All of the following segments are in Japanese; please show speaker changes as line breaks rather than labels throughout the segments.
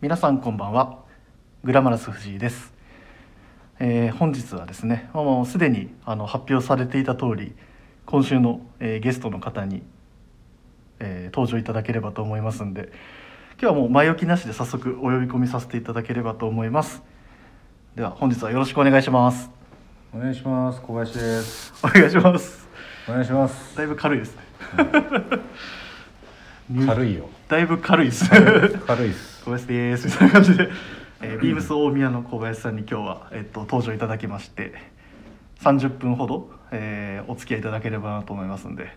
皆さんこんばんはグラマラス藤井です、えー本日はですねまあもうすでにあの発表されていた通り今週の、えーゲストの方に、えー登場いただければと思いますんで今日はもう前置きなしで早速お呼び込みさせていただければと思いますでは本日はよろしくお願いします
お願いします小林です
お願いします
お願いします
だいぶ軽いですね
軽いよ
だいぶ軽い です
軽いっす
小林です みたいな感じで、えービームス大宮の小林さんに今日は、えっと、登場いただきまして30分ほど、えーお付き合いいただければなと思いますんで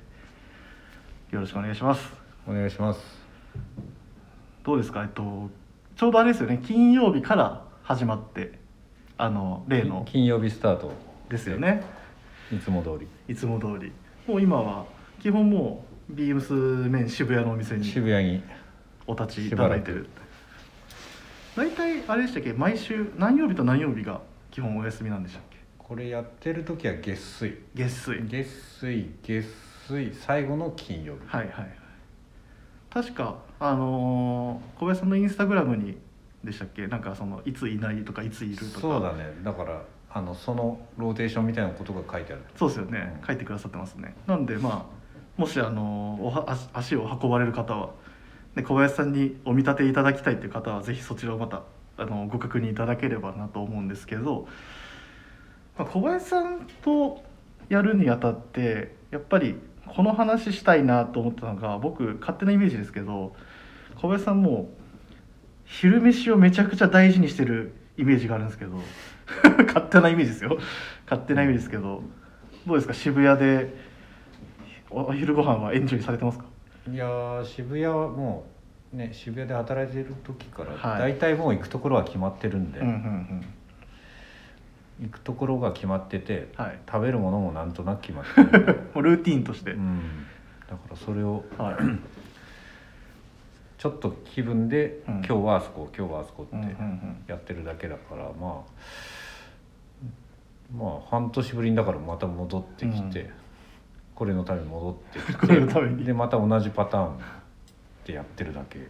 よろしくお願いします
お願いします
どうですかえっとちょうどあれですよね金曜日から始まってあの例の
金曜日スタート
ですよね
いつも通り
いつも通りもう今は基本もうビームス面渋谷のお店に
渋谷に
お立ちいただいてる大体あれでしたっけ毎週何曜日と何曜日が基本お休みなんでしたっけ
これやってる時は月水
月水はい
月水月水最後の金曜日
はいはい確かあのー小林さんのインスタグラムにでしたっけなんかそのいついないとかいついるとか
そうだねだからあのそのローテーションみたいなことが書いてある
そうですよね
うん
書いてくださってますねなんでまあもしあのーおは足足を運ばれる方はで小林さんにお見立ていただきたいという方はぜひそちらをまたあのご確認いただければなと思うんですけど、まあ、小林さんとやるにあたってやっぱりこの話したいなと思ったのが僕勝手なイメージですけど小林さんもう昼飯をめちゃくちゃ大事にしてるイメージがあるんですけど 勝手なイメージですよ勝手なイメージですけどどうですか渋谷でおお昼ご飯はエンジョイされてますか
いやー渋谷はもうね渋谷で働いてる時から
はい
大体もう行くところは決まってるんで、
うんうんうん
行くところが決まってて、
はい
食べるものもなんとなく決まってる
もうルーティーンとして、
うん、だからそれを
はい
ちょっと気分で、
うん
今日はあそこ今日はあそこ
うんうんうん
ってやってるだけだから、まあまあ半年ぶりにだからまた戻ってきて、
うん
これのために戻ってき て
これのために
でまた同じパターンでやってるだけ
ま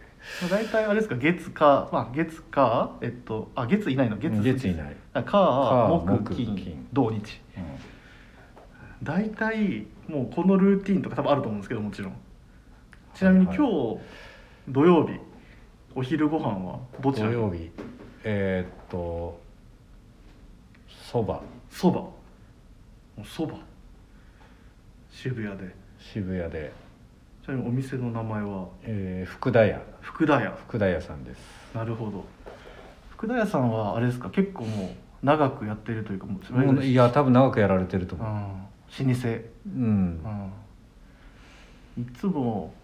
あ大体あれですか月か、まあ、月かえっとあ月いないの月
月いない、
あか木
木
金
金
土日
うん
大体もうこのルーティーンとか多分あると思うんですけどもちろんちなみに今
はい
日、土曜日お昼ご飯はどち
土
ら
曜日えーっとそば
そばそば渋谷で
渋谷で、
ちなみにお店の名前は
えー福田屋
福田屋
福田屋さんです
なるほど福田屋さんはあれですか結構もう長くやってるというかもう
もういや多分長くやられてると
うん
思う、
老舗
うん、
うんいつも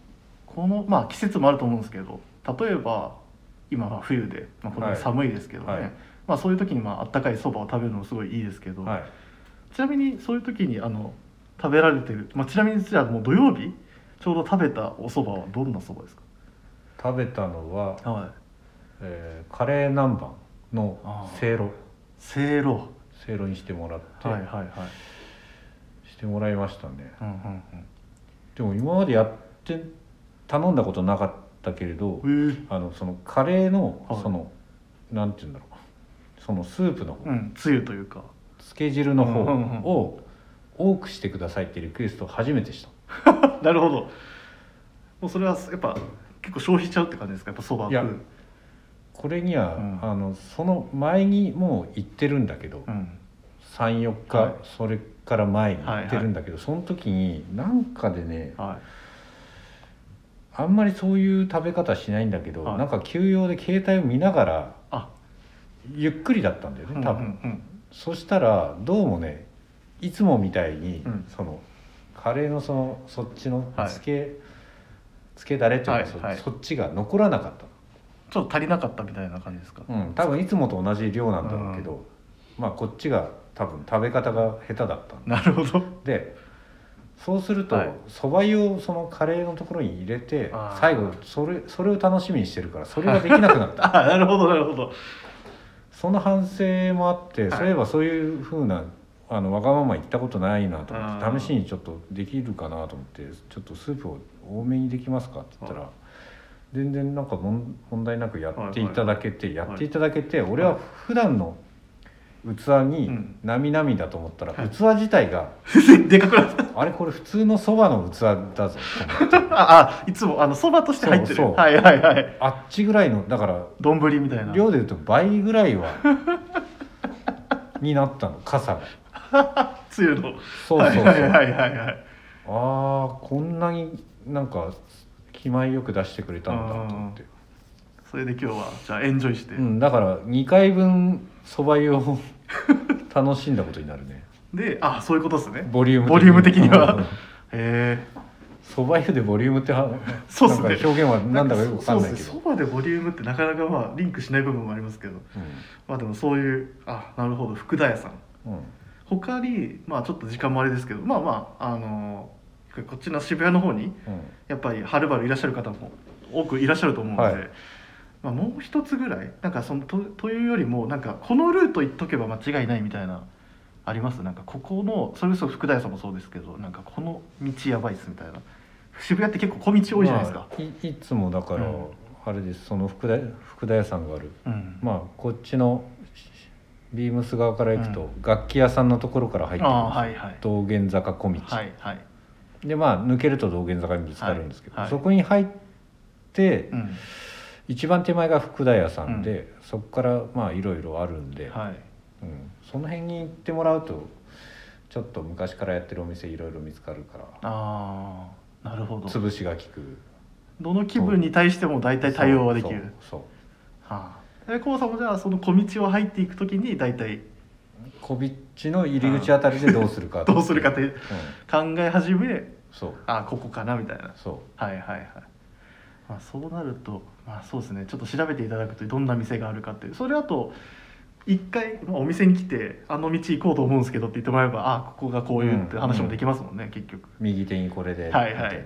このまあ季節もあると思うんですけど例えば今は冬で、まあ、この
はい
寒いですけどね、
はい
まあ、そういう時にまああったかいそばを食べるのもすごいいいですけど、
はい、
ちなみにそういう時にあの食べられてる、まあ、ちなみにじゃあもう土曜日ちょうど食べたおそばはどんなそばです
食べたのは、
かはい
えーカレー南蛮
あ
の
ー
せいろ
せいろ
せいろにしてもらって、
はいはいはい、
してもらいましたね
うんうん
でも今までやって頼んだことなかったけれど
うん、えー
あのそのカレーの
はい
その、なんて言うんだろうそのスープの方、
うんつゆというか
つけ汁の方
うんうんうん
を多くしてくださいってリクエストを初めてした
なるほどもうそれはやっぱ結構消費しちゃうって感じですかやっぱそば
いやこれには、
うん
あのその前にもう行ってるんだけど、
うん
34日、
はい
それから前に行ってるんだけど、その時になんかでね
はい
あんまりそういう食べ方しないんだけど、
はい
なんか休養で携帯を見ながら
あ
ゆっくりだったんだよね多分、
うん
そしたらどうもねいつもみたいに、
うん
そのカレーのそのそっちの
はい
つけ、つけだれというか、そ
はいはい
そっちが残らなかっ
ちょっと足りなかったみたいな感じですか、
たの、うん、多分いつもと同じ量なんだろうけど、まあこっちが多分食べ方が下手だったんだ
なるほど
でそうすると
はい
そば、湯をそのカレーのところに入れて
あー
最後それそれを楽しみにしてるからそれができなくなった
あなるほどなるほど
その反省もあっ
は
て、
い
そういえばそういうふうなあのわがまま言ったことないなと思
あ
っ
ー
て試しにちょっとできるかなと思って「ちょっとスープを多めにできますか?」って言ったら全然なんかもん問題なくやっていただけて、
はい
やっていただけて、俺は普段の器に
うん
並々だと思ったら、
はい
器自体が
でかくなった
あれこれ普通のそばの器だぞと思って
ああいつもあのそばとして入ってる
そうそう
はいはいはい
あっちぐらいのだから
丼みたいな
量でいうと倍ぐらい はになったの傘が
つゆの
そうそうそう、
はいはいはいはい
ああこんなになんか気前よく出してくれたんだと思って、
それで今日はじゃあエンジョイして、
うん、だから2回分そば湯を楽しんだことになるね
であそういうことですね
ボリューム
ボリューム的には
うん
へえ
そば湯でボリュームっては
そうっすね
なんか表現はなんだかよくわかんないけ
そ
ど
うっすねそばでボリュームってなかなかまあリンクしない部分もありますけどまあでもそういうあなるほど福田屋さん
うんうん
他にまあちょっと時間もあれですけどまあまああのこっちの渋谷の方にやっぱりはるばるいらっしゃる方も多くいらっしゃると思うので、
はい
まあ、もう一つぐらいなんかそのとというよりもなんかこのルート行っとけば間違いないみたいなありますなんかここのそれこそ福田屋さんもそうですけどなんかこの道やばいっすみたいな渋谷って結構小道多いじゃないですか
ま、あいいつもだから、
うん
あれですその福田福田屋さんがある
うん
まあこっちのビームス側から行くと、
う
楽器屋さんのところから入ってくるんですよ
あーはいはい
道玄坂小道、
はいはい、
でまあ抜けると道玄坂にぶつかるんですけど、
はいはい
そこに入って、
うん
一番手前が福田屋さんで、そこからまあいろいろあるんで、
はい、
うん、その辺に行ってもらうとちょっと昔からやってるお店いろいろ見つかるから
ああなるほど
潰しが効く
どの気分に対しても大体対応はできる
そう
はあでコウさんもじゃあその小道を入っていくときに大体
そう小道の入り口あたりでどうするか
どうするか
っ
ってて
うん
考え始め
そう
あここかなみたいな
そ
はいはいはい、まあ、そうなると、まあ、そうですねちょっと調べていただくとどんな店があるかっていうそれあと一回、まあ、お店に来て「あの道行こうと思うんですけど」って言ってもらえば「あここがこういう」って話もできますもんね、結局
う右手にこれでみた
はい
いな、
はい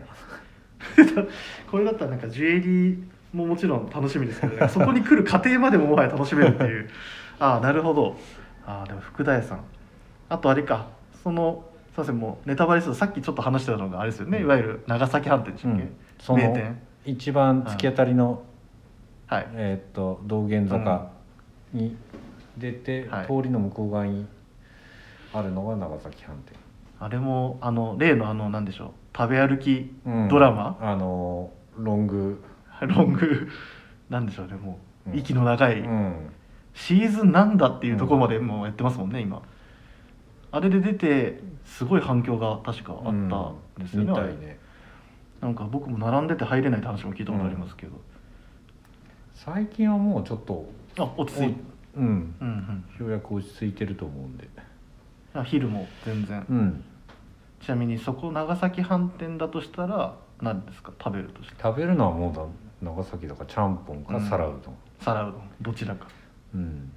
これだったらなんかジュエリーももちろん楽しみですけど、ね、そこに来る過程までももはや楽しめるっていう ああなるほどああでも福田屋さんあとあれかそのすいませんもうネタバレするとさっきちょっと話してたのがあれですよね、
うん
いわゆる長崎飯店でし
う
たっけ、
ん、そ
名
の
店
一番突き当たりの、
はい
えーっと道玄坂に出て、
はい
通りの向こう側にあるのが長崎飯店、
あれもあの例のあのなんでしょう食べ歩き
うん
ドラマ、
あのロング、
ロングなんでしょうねも
う
うん息の長
う
い、
ん、
シーズンなんだっていうところまでもうやってますもんね、今あれで出てすごい反響が確かあったんですよね,
み
あ
た
れ、
いね
なんか僕も並んでて入れないって話も聞いたことありますけど、
最近はもうちょっと
あ落ち着いて
おうん
うんうん
ようやく落ち着いてると思うんで
あ昼も全然、
うん
ちなみにそこ長崎飯店だとしたら何ですか食べるとした
食べるのはもうだ長崎だからちゃんぽんか
うん
皿うど
ら
ん
皿うどんどちらか
うん、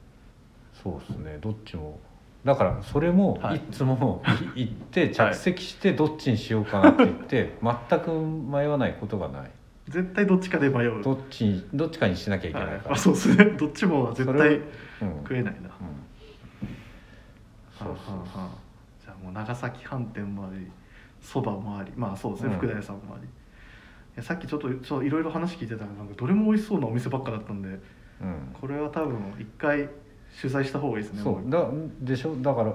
そうですねどっちもだからそれも
はい
いつもい行って
はい
着席してどっちにしようかなって言って 全く迷わないことがない
絶対どっちかで迷う
どっちにどっちかにしなきゃいけ
は
ないい、から、
あそうですね どっちも絶
それ
対
をうん
食えないな
うんそうそう
はあはあじゃあもう長崎飯店もありそばもありまあそうですね、
うん
福田屋さんもありいやさっきちょっとそういろいろ話聞いてたらなんかどれも美味しそうなお店ばっかだったんで
うん
これは多分一回取材した方がいいですね
そ
も
うだでしょだから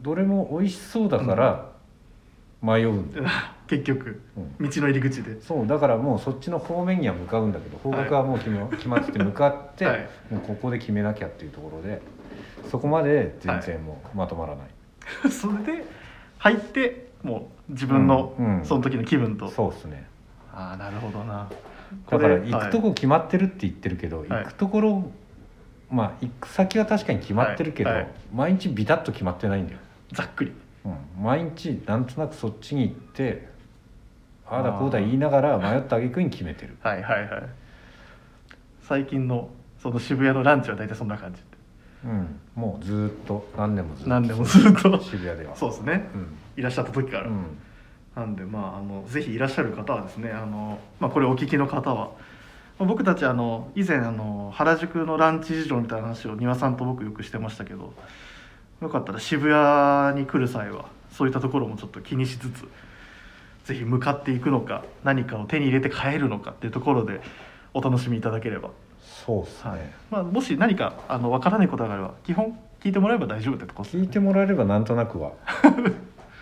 どれも美味しそうだから迷うんだよ、
結局
うん
道の入り口 で
そうだからもうそっちの方面には向かうんだけど方角はもう決ま,、 決まってて向かって、
はい
もうここで決めなきゃっていうところでそこまで全然もうまとまらない、
それで入ってもう自分の、
うんうん
その時の気分と
そうですね
ああなるほどな
だから
これ
行くとこ決まってるって言ってるけど、
い
行くところまあ行く先は確かに決まってるけど、
はいはい
毎日ビタッと決まってないんだよ、
ざっくり
うん、毎日なんとなくそっちに行ってああだ
あー
こうだ言いながら迷った挙句に決めてる
はいはいはい最近のその渋谷のランチは大体そんな感じ
うん、もうずーっと何年もずっと
何年もずっと
渋谷では
そうですね
うん、
いらっしゃった時か
う
ら、
ん、
なんでまああのぜひいらっしゃる方はですねあの、まあ、これお聞きの方はまあ僕たちあの以前あの原宿のランチ事情みたいな話を庭さんと僕よくしてましたけどよかったら渋谷に来る際はそういったところもちょっと気にしつつぜひ向かっていくのか何かを手に入れて帰るのかっていうところでお楽しみいただければ、
そうですね、
はいまあ、もし何かあの分からないことがあれば基本聞いてもらえば大丈夫ってとこですね
聞いてもらえればなんとなく は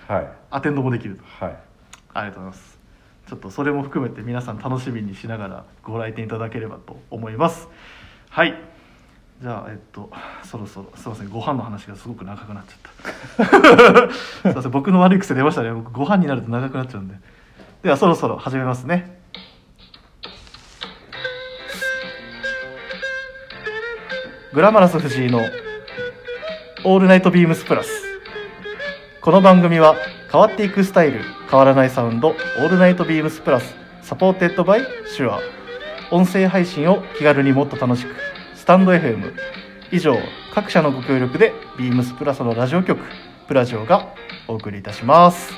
はい
アテンドもできると
はい
ありがとうございますちょっとそれも含めて皆さん楽しみにしながらご来店いただければと思いますはいじゃあえっとそろそろすいませんご飯の話がすごく長くなっちゃった すいません僕の悪い癖出ましたね僕ご飯になると長くなっちゃうんでではそろそろ始めますねグラマラス藤井の「オールナイトビームスプラス」この番組は変わっていくスタイル変わらないサウンド「オールナイトビームスプラス」サポーテッドバイシュア音声配信を気軽にもっと楽しくスタンド FM 以上各社のご協力でビームスプラスのラジオ局プラジオがお送りいたします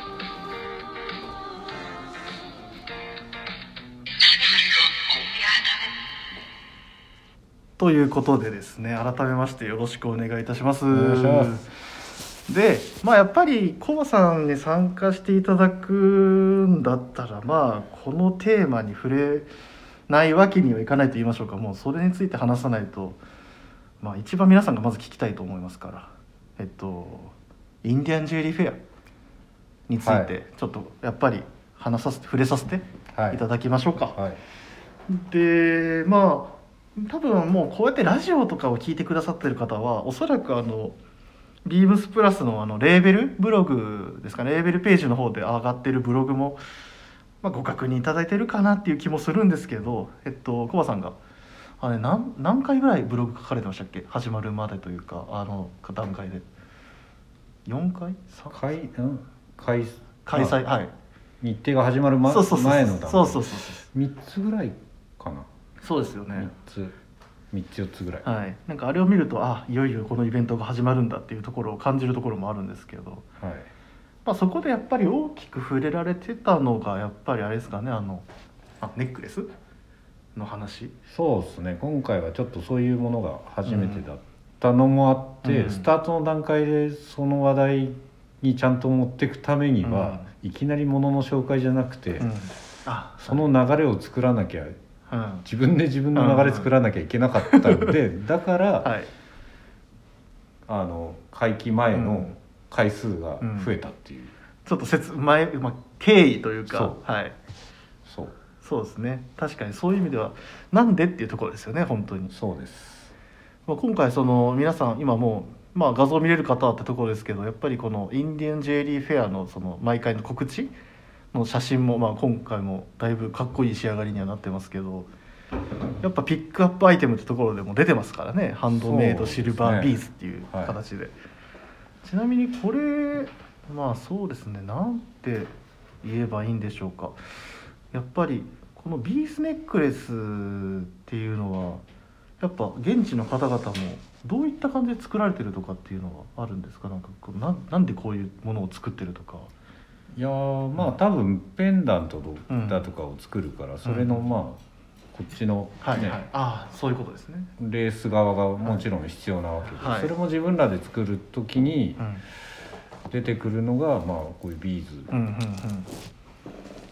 ということでですね改めましてよろしくお願いいたします。
お願いします
でまあやっぱりコバさんに参加していただくんだったらまあこのテーマに触れないわけにはいかないと言いましょうかもうそれについて話さないと、まあ、一番皆さんがまず聞きたいと思いますからえっとインディアンジュエリーフェアについ
は
て
い
ちょっとやっぱり話させて触れさせて
はい
いただきましょうか。
はい
でまあ多分もうこうやってラジオとかを聞いてくださってる方はおそらくあのビームスプラスのあのレーベルブログですかねレーベルページの方で上がってるブログも、まあ、ご確認いただいてるかなっていう気もするんですけどえっとコバさんがあれ何何回ぐらいブログ書かれてましたっけ始まるまでというかあの段階で4回3
開ん開
開催
まあ
はい
日程が始まる、ま、
そうそうそう
前の段
そうそうそう
3つぐらいかな、
そうですよね
三つ3つ4つぐらい、
はい、なんかあれを見るとあいよいよこのイベントが始まるんだっていうところを感じるところもあるんですけど、
はい、
まあ、そこでやっぱり大きく触れられてたのがやっぱりあれですかねあのあネックレスの話
そうですね今回はちょっとそういうものが初めてだったのもあって、
うん
スタートの段階でその話題にちゃんと持っていくためには、いきなりものの紹介じゃなくて、
うんあ
その流れを作らなき
う
ゃ
んは
自分で自分の流れ作らなきゃいけなかったんで、だから、
い
あの会期前の回数が増えたっていう、
ちょっと説前、まあ、経緯というか
そう
はい、
そう
そうですね確かにそういう意味ではなんでっていうところですよね本当に
そうです
まあ、今回その皆さん今もう、まあ、画像見れる方はってところですけどやっぱりこのインディアンジュエリーフェアのその毎回の告知の写真もまあ今回もだいぶかっこいい仕上がりにはなってますけどやっぱピックアップアイテムってところでも出てますからねハンドメイドシルバービーズっていう
はい
形でちなみにこれまあそうですねなんて言えばいいんでしょうかやっぱりこのビースネックレスっていうのはやっぱ現地の方々もどういった感じで作られてるとかっていうのはあるんですかなんかこうなんなんでこういうものを作ってるとか
いやーまあ多分ペンダントだとかを作るから、それの
うん
まあこっちの、ね
はい、はい、ああそういうことですね、
レース側がもちろん必要なわけで、
はい
それも自分らで作る時に
うん、
出てくるのが、まあこういうビーズ、
うんうんうん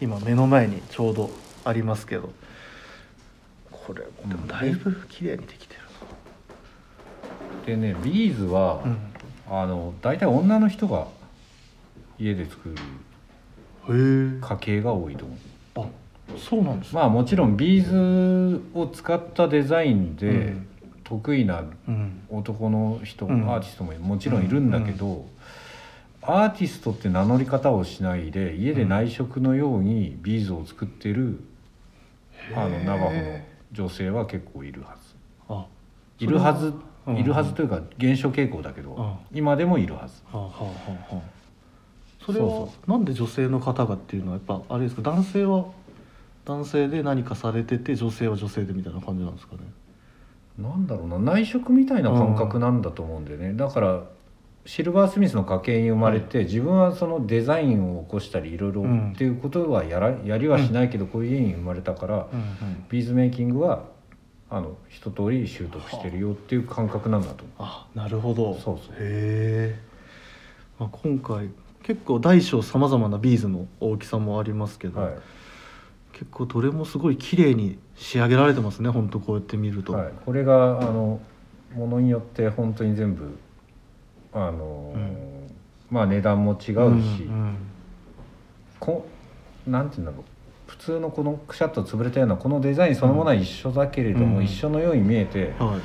今目の前にちょうどありますけど
これ
でもだいぶ綺麗にできてる
でねビーズは、
な、
あの大体女の人が家で作る
へえ
家系が多いと思う
あそうなんですね
まあもちろんビーズを使ったデザイン
う
で
ん
得意な
うん
男の人、
うん
アーティストももちろんいるんだけど、アーティストって名乗り方をしないで家で内職のようにビーズを作ってる、あの
へえ
ナバホの女性は結構いるはず
あ
いるはず、
うん
いるはずというか減少傾向だけど、
う
今でもいるはず
はあはあはあはあそれは
そう
なんで女性の方がっていうのはやっぱあれですか男性は男性で何かされてて女性は女性でみたいな感じなんですかね
なんだろうな内職みたいな感覚なんだと思うんだよね、だからシルバースミスの家系に生まれて、自分はそのデザインを起こしたりいろいろ
うん
っていうことはやらやりはしないけど、こういう家に生まれたから、ビーズメイキングはあの一通り習得してるよっていう感覚なんだと思
あなるほど
そうそう
へえ、まあ、今回結構大小さまざまなビーズの大きさもありますけど、
はい
結構どれもすごい綺麗に仕上げられてますね本当こうやって見ると、
はい、これがあのものによって本当に全部あのー、
うん
まあ値段も違うし、
ん
こなんていうんだろう普通のこのくしゃっと潰れたようなこのデザインそのものは一緒だけれども、
うん
一緒のように見えて、
うんはい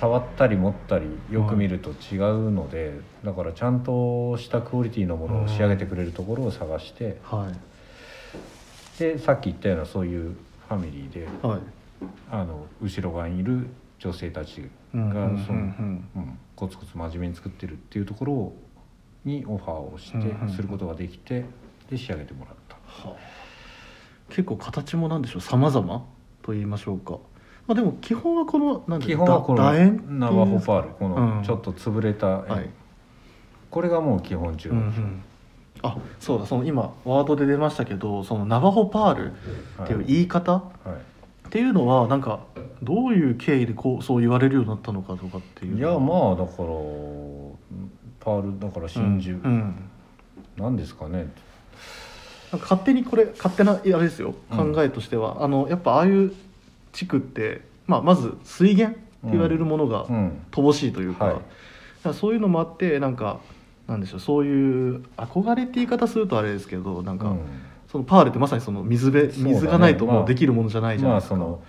触ったり持ったりよく見ると違うので、だからちゃんとしたクオリティのものを仕上げてくれるところを探して、
はい
でさっき言ったようなそういうファミリーで
はい
あの後ろ側にいる女性たち
うん
が
うん
その
うん
うん、コツコツ真面目に作ってるっていうところをにオファーをして、
うんうんうん
することができてで仕上げてもらった
はあ結構形もなんでしょう様々と言いましょうか、まあ、でも基本はこのなんで
基本はこの
楕円っていうんですか
ナワホパール
う
こ
ん
のちょっと潰れた円、
はい、
これがもう基本中
うんうん、あそうだその今ワードで出ましたけどそのナバホパールっていう言い方、
はい
っていうのはなんかどういう経緯でこうそう言われるようになったのかとかっていう
い
い
やまあだからパールだから真珠、
うんうん
なんですかね
なんか勝手にこれ勝手なあれですよ
うん
考えとしては、あのやっぱああいう地区って、まあ、まず水源って言われるものが
うん
乏しいというか,、
はい
だからそういうのもあってなんかなんでしょうそういう憧れって言い方するとあれですけどなんか、
うん
そのパールってまさにその水辺
そうだね
水がないと
ま
も
あ
うできるものじゃないじゃな
ま
い
あ
ですか、
その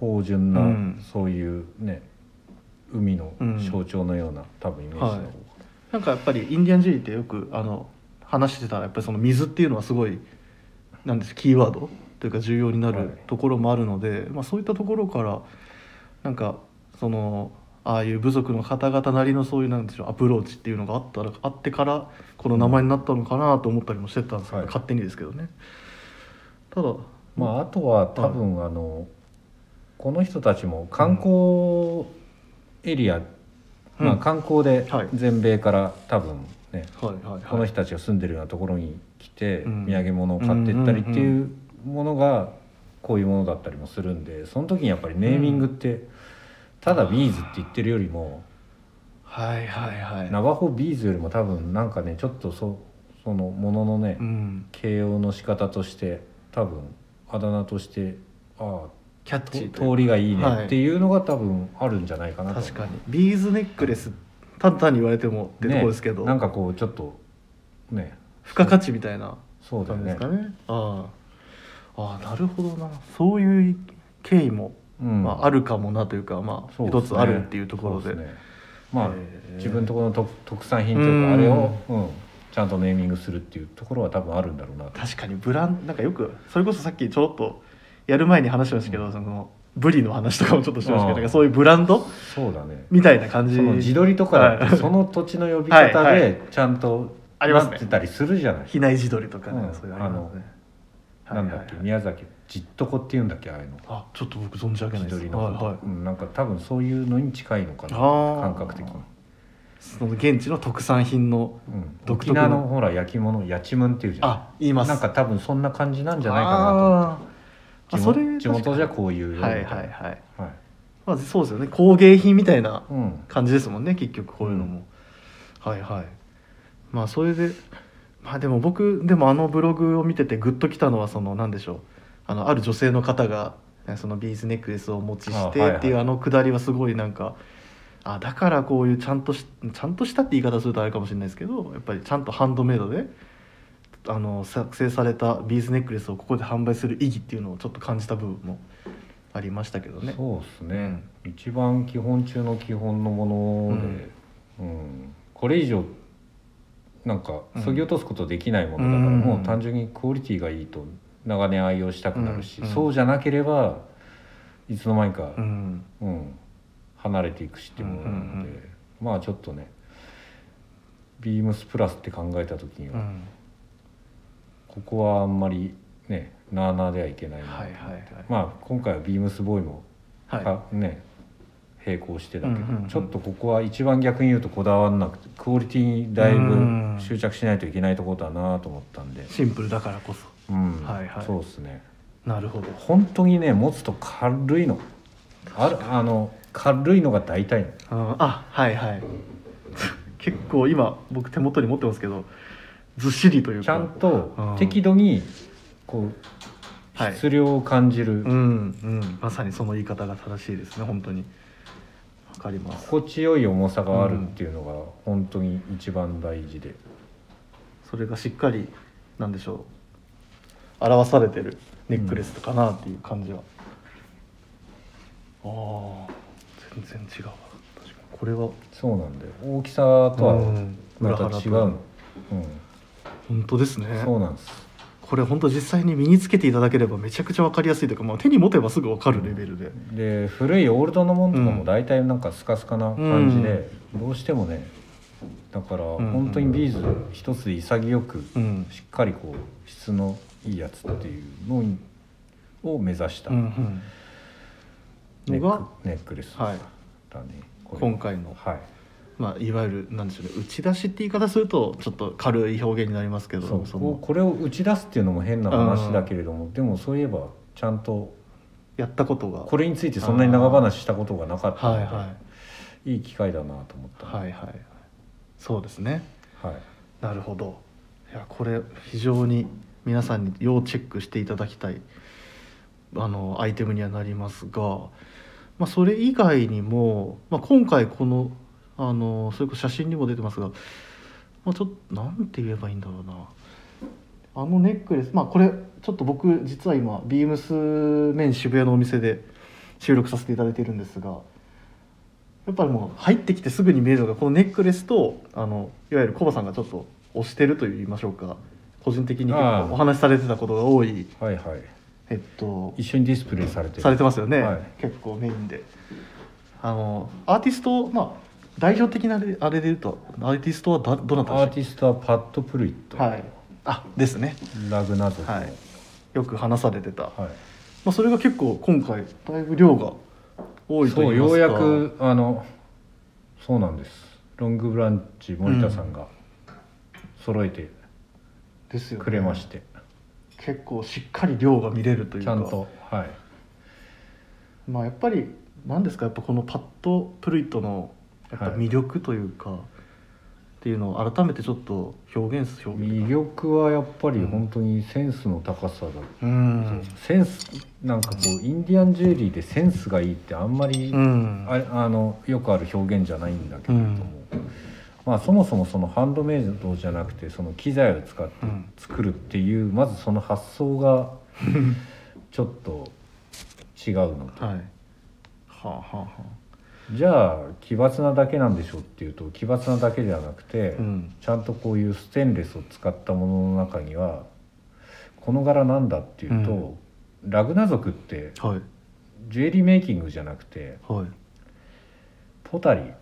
芳醇な、
うん
そういうね海の
うん
象徴のような、多分イメージの方が、
はいなんかやっぱりインディアンジュリーってよくあの話してたらやっぱりその水っていうのはすごいなんですキーワードというか重要にな
はい
るところもあるので、まあ、そういったところからなんかそのああいう部族の方々なりのそういうなんでしょうアプローチっていうのがあったらあってからこの名前になったのかなと思ったりもしてたんですけど、
はい
勝手にですけどね。ただ
まああとは多分、あのこの人たちも観光エリア、
うん
まあ、観光で
はい
全米から多分ね、
はいはいはい
この人たちが住んでるようなところに来て、
うん
土産物を買ってったりって
ん
いううものがこういうものだったりもするんでその時にやっぱりネーミングって、ただビーズって言ってるよりも。
はいはいはい
ナバホビーズよりも多分なんかねちょっとそそのもののね、
うん、
形容の仕方として多分あだ名としてあ
キャ
あ
ッチーとい
と
うか
通りがいい
は
ね
い
っていうのが多分あるんじゃないかなと
確かにビーズネックレスただ単に言われてもってところですけど、
ね、なんかこうちょっとね
付加価値みたいな
そうだよ
感じで
ね
すかねああああなるほどなそういう経緯も、
うん
まあ、あるかもなというか、まあ
そうで
一
すね
つあるっていうところ
そ
で
うすねまあ
へえ
自分のところの特特産品というかあれを、
う
うんちゃんとネーミングするっていうところは多分あるんだろうなと
確かにブランなんかよくそれこそさっきちょろっとやる前に話しましたけど、そのブリの話とかもちょっとしましたけど
ああ
なんかそういうブランド
そうだね
みたいな感じ
その自撮りとかだっ
は
て
い
その土地の呼び方
はいは
でちゃんと
あります
な
ね
ってたりするじゃない、
比内地鶏とかね、
うん
そういうのありますね
なんだっ
はいはいは
け、
い
宮崎じっとこっていうんだっけああいうの
あちょっと僕存じ上げ
自
ないで
撮
す
りのこと、
はいはい
うん、なんか多分そういうのに近いのかな
あー
感覚的に、
その現地の特産品の
うん、
独
沖
特の
縄のほら焼き物やちむんっていうじゃん
あ言います
なんか多分そんな感じなんじゃないか
あーあ
なと
そ
思って
れ
地元地元じゃ
確
こういうよみ
か
た
にはいい
な
はいはい、
はい
まあ、そうですよね工芸品みたいな
うん
感じですもんね結局こういうのも、はいはいまあそれでまあでも僕でもあのブログを見ててグッときたのはその何でしょうあのある女性の方がそのビーズネックレスをお持ち
あ
し
はい
て
はい
っていうあのくだりはすごいなんかあだからこういうちゃんとしちゃんとしたって言い方するとあれかもしれないですけどやっぱりちゃんとハンドメイドであの作成されたビーズネックレスをここで販売する意義っていうのをちょっと感じた部分もありましたけどね。
そうですね、一番基本中の基本のもので、うんこれ以上なんか
うん
削ぎ落とすことできないものだから、
うん
もう単純にクオリティがいいと長年愛用したくなるし、
うんうん
そうじゃなければいつの間にか、
う
うん
ん
離れていくしっていうものなので、
うんうん
まあちょっとねビームスプラスって考えた時には、
うん
ここはあんまりねなあなあではいけないなと思
は
っ
い
て
はいはい
まあ今回はビームスボーイも
はい、
かね並行してだけど、
うんうんうん
ちょっとここは一番逆に言うとこだわんなくてクオリティにだい
うん
ぶ執着しないといけないところだなと思ったんで、
シンプルだからこそ
うん
はいはい
そうですね
なるほど
本当にね持つと軽いのあるあの軽いのが大体
ああはいはい 結構今僕手元に持ってますけどずっしりというか
ちゃん
う
と
ん
適度にこう
はい
質量を感じる、
うんうんまさにその言い方が正しいですね本当にわかります
心地よい重さがあるっていうのが本当に一番大事で、
それがしっかりなんでしょう表されてるネックレスかなっていう感じは、ああ全然違うわ確かにこれは
そうなんだよ大きさとは
ん
また
裏腹
違
と
うの、うん
本当ですね
そうなんです
これ本当実際に身につけていただければめちゃくちゃわかりやすいというか、まあ、手に持てばすぐわかるレベルで、
で古いオールドのもんとか
う
も
ん
大体なんかスカスカな感じで、どうしてもねだから
ん
本当にビーズ一つで潔く
うん
しっかりこう質のいいやつっていうのを目指した
う
ネ
んう
ッ
ん、
ク,、
のが、
ネックレスだ
はい
ね、これ
今回の、
はい
まあ、いわゆるなんでしょうね打ち出しって言い方するとちょっと軽い表現になりますけど
そう
その
ここれを打ち出すっていうのも変な話だけれども、でもそういえばちゃんと
やったことが
これについてそんなに長話したことがなかったの
は
で、
い
い、
はい
機会だなと思った、
いはいはいそうですね
はい
なるほどいやこれ非常に皆さんに要チェックしていただきたいあのアイテムにはなりますが、まあ、それ以外にも、まあ、今回このあのそれこそ写真にも出てますが、まあ、ちょっとなんて言えばいいんだろうなあのネックレスまあこれちょっと僕実は今ビームスメン渋谷のお店で収録させていただいているんですがやっぱりもう入ってきてすぐに見えるのがこのネックレスとあのいわゆるコバさんがちょっと推してると言いましょうか個人的に結
ああ
構お話しされてたことが多い
はいはい
えっと
一緒にディスプレイされてる
されてますよね、
はい
結構メインであのアーティストまあ代表的なあれあれで言うとアーティストはだどなたで
ア
したっ
ー
け
ティストはパッド・プルイット、
はいあですね
ラグナ族の、
は
は
い
い
よく話されてた、
は
まあ、それが結構今回だいぶ量が多
い、
いと
そ
言
う
いま
よう
すか
やくあのそうなんですロングブランチ森田さんが揃えて
ですよね
くれまして、
結構しっかり量が見れるという
ち
か
ゃんとはい
まあ、やっぱり何ですかやっぱこのパッドプルイットのやっぱ
はい
魅力というか、っていうのを改めてちょっと表現す表現
魅力はやっぱり本当にセンスの高さだ、
うん
センスなんかこうインディアンジュエリーでセンスがいいってあんまり、
うん
あれあのよくある表現じゃないんだけれども、まあ、そもそもそのハンドメイドじゃなくてその機材を使って
うん
作るっていう、まずその発想 がちょっと違うのと
はいはあはあはあ
じゃあ奇抜なだけなんでしょうっていうと奇抜なだけではなくて、
うん
ちゃんとこういうステンレスを使ったものの中にはこの柄なんだっていうと、ラグナ族って
はい
ジュエリーメイキングじゃなくて
はい
ポタリー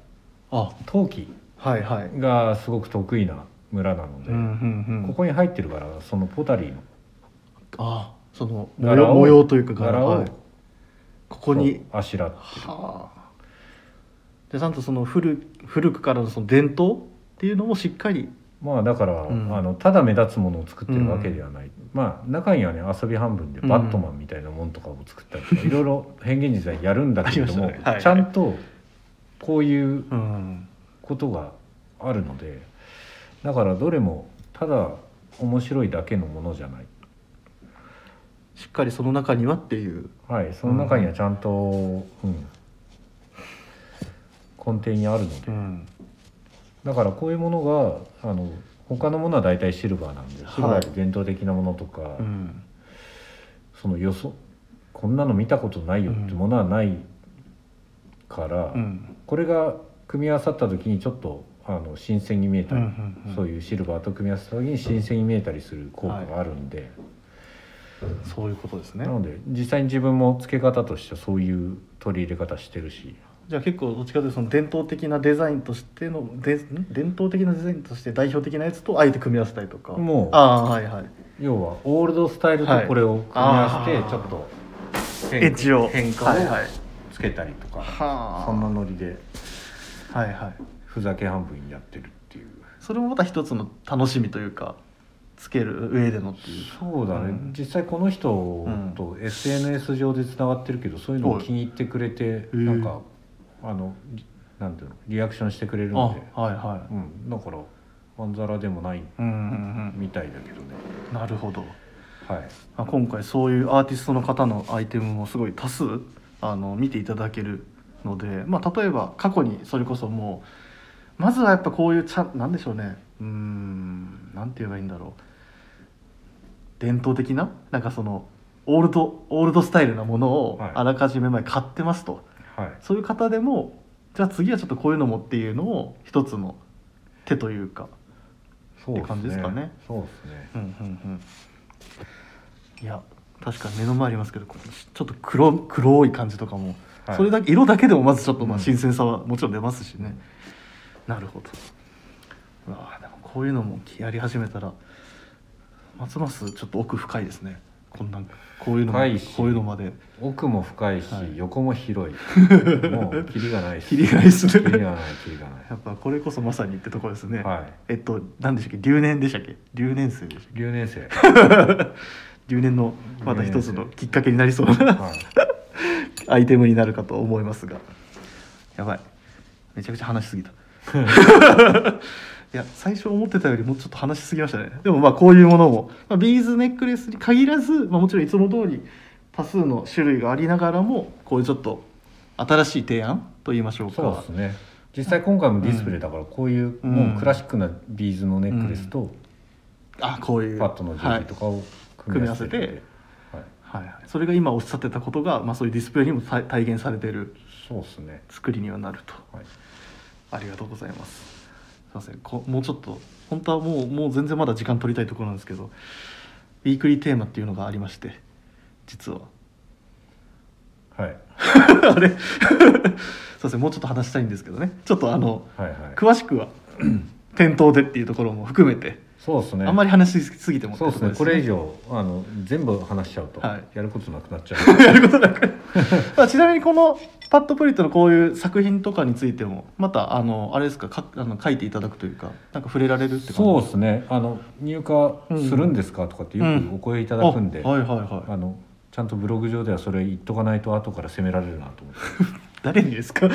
あ
陶器
はいはい
がすごく得意な村なので、
うんうんうん
ここに入ってる柄はそのポタリーの
あその模
柄
様
を
模様というか
柄を、
はいここに
そうあしらって
はあでちゃんとその古古くからのその伝統っていうのもしっかり
まあだから、
ん
あのただ目立つものを作ってるわけではない、まあ中にはね遊び半分で
うん
バットマンみたいなもんとかを作ったりとか、いろいろ変現実はやるんだけれども、
ありましたねはい
ちゃんとこういう
うん
ことがあるのでだからどれもただ面白いだけのものじゃない、
しっかりその中にはっていう
はい、その中にはちゃんと、うん根底にあるので
うん
だからこういうものがあの他のものは大体シルバーなんでシルバーで伝統的なものとか、
うん
その予想こんなの見たことないよってものはないから、
うん
これが組み合わさった時にちょっとあの新鮮に見えた
う
り、
んうん
そういうシルバーと組み合わせた時に新鮮に見えたりする効果があるんで、
そういうことですね
なので実際に自分も付け方としてはそういう取り入れ方してるし
じゃあ結構どっちかというとその伝統的なデザインとしてのでん伝統的なデザインとして代表的なやつとあえて組み合わせたりとか
もう
ああはいはい
要はオールドスタイルとこれを組み合わせ
はいあ
て
ー
ちょっと変
エッジを
変化を
はいはい
つけたりとか、
はあ
そんなノリで
はいはい
ふざけ半分やってるっていう。
それもまた一つの楽しみというかつける上でのっていう
そうだね、
うん
実際この人と SNS 上でつながってるけど、そういうのを気に入ってくれて、
うん
なんか、あのなんていうのリアクションしてくれるん
あ
で、
はいは
うん、だからまんざらでもない
いうんうん
みたいだけどね、
うんなるほど
はい、
まあ、今回そういうアーティストの方のアイテムもすごい多数あの見ていただけるので、まあ、例えば過去にそれこそもうまずはやっぱこういうちゃんなんでしょうねうーんなんて言えばいいんだろう伝統的ななんかそのオールドオールドスタイルなものを
はい
あらかじめ前買ってますと、
はい、
そういう方でもじゃあ次はちょっとこういうのもっていうのを一つの手というか
そうっ
って感じですかね
そうですね
うんうんうんいや確かに目の前ありますけどこのちょっと黒黒い感じとかも、
はい
それだけ色だけでもまずちょっとまあ
うん
新鮮さはもちろん出ますしね、なるほどうわあでもこういうのもやり始めたらますますちょっと奥深いですねこんなこういうのも
深いし
こういうのまで
奥も深いし、
はい
横も広 いもうキリがないです
切りがいす
キリ
る
がないキリがな
やっぱこれこそまさにってところですね、
いはい
えっと何でしたっけ留年でしたっけ留年生でしたっけ
留年 生
留年のまた一つのきっかけになりそうな
はい
アイテムになるかと思いますがやばいめちゃくちゃ話しすぎた いや最初思ってたよりもうちょっと話しすぎましたねでもまあこういうものも、まあ、ビーズネックレスに限らず、まあ、もちろんいつも通り多数の種類がありながらもこういうちょっと新しい提案と言いましょうか
そうですね実際今回もディスプレイだからこういう、
うん
もうクラシックなビーズのネックレスと
あこういう
パッドのジュエリーとかを組み合わせて,、
はい
は
組
い
みはい、はいはい、それが今おっしゃってたことが、まあ、そういうディスプレイにも体体現されている
そうですね、
作りにはなると
はい、
ありがとうございます。すみません、こもうちょっと本当はもうもう全然まだ時間取りたいところなんですけど、ウィークリーテーマっていうのがありまして、実は
はい、
あれ、す みません、もうちょっと話したいんですけどね。ちょっとあの
はいはい
詳しくは店頭でっていうところも含めて、
そうですね
あんまり話しすぎても
そうですねこれ以
上。
上あの全部話しちゃうと、
はい
やることなくなっちゃう
やることなくまあちなみにこのパッドプリットのこういう作品とかについてもまたあのあれですかかあの書いていただくというかなんか触れられるって感じ
そうですねあの入荷するんですかとかってよくお声いただくんで、
あはいはいはい
あのちゃんとブログ上ではそれ言っとかないと後から責められるなと思って
誰にですか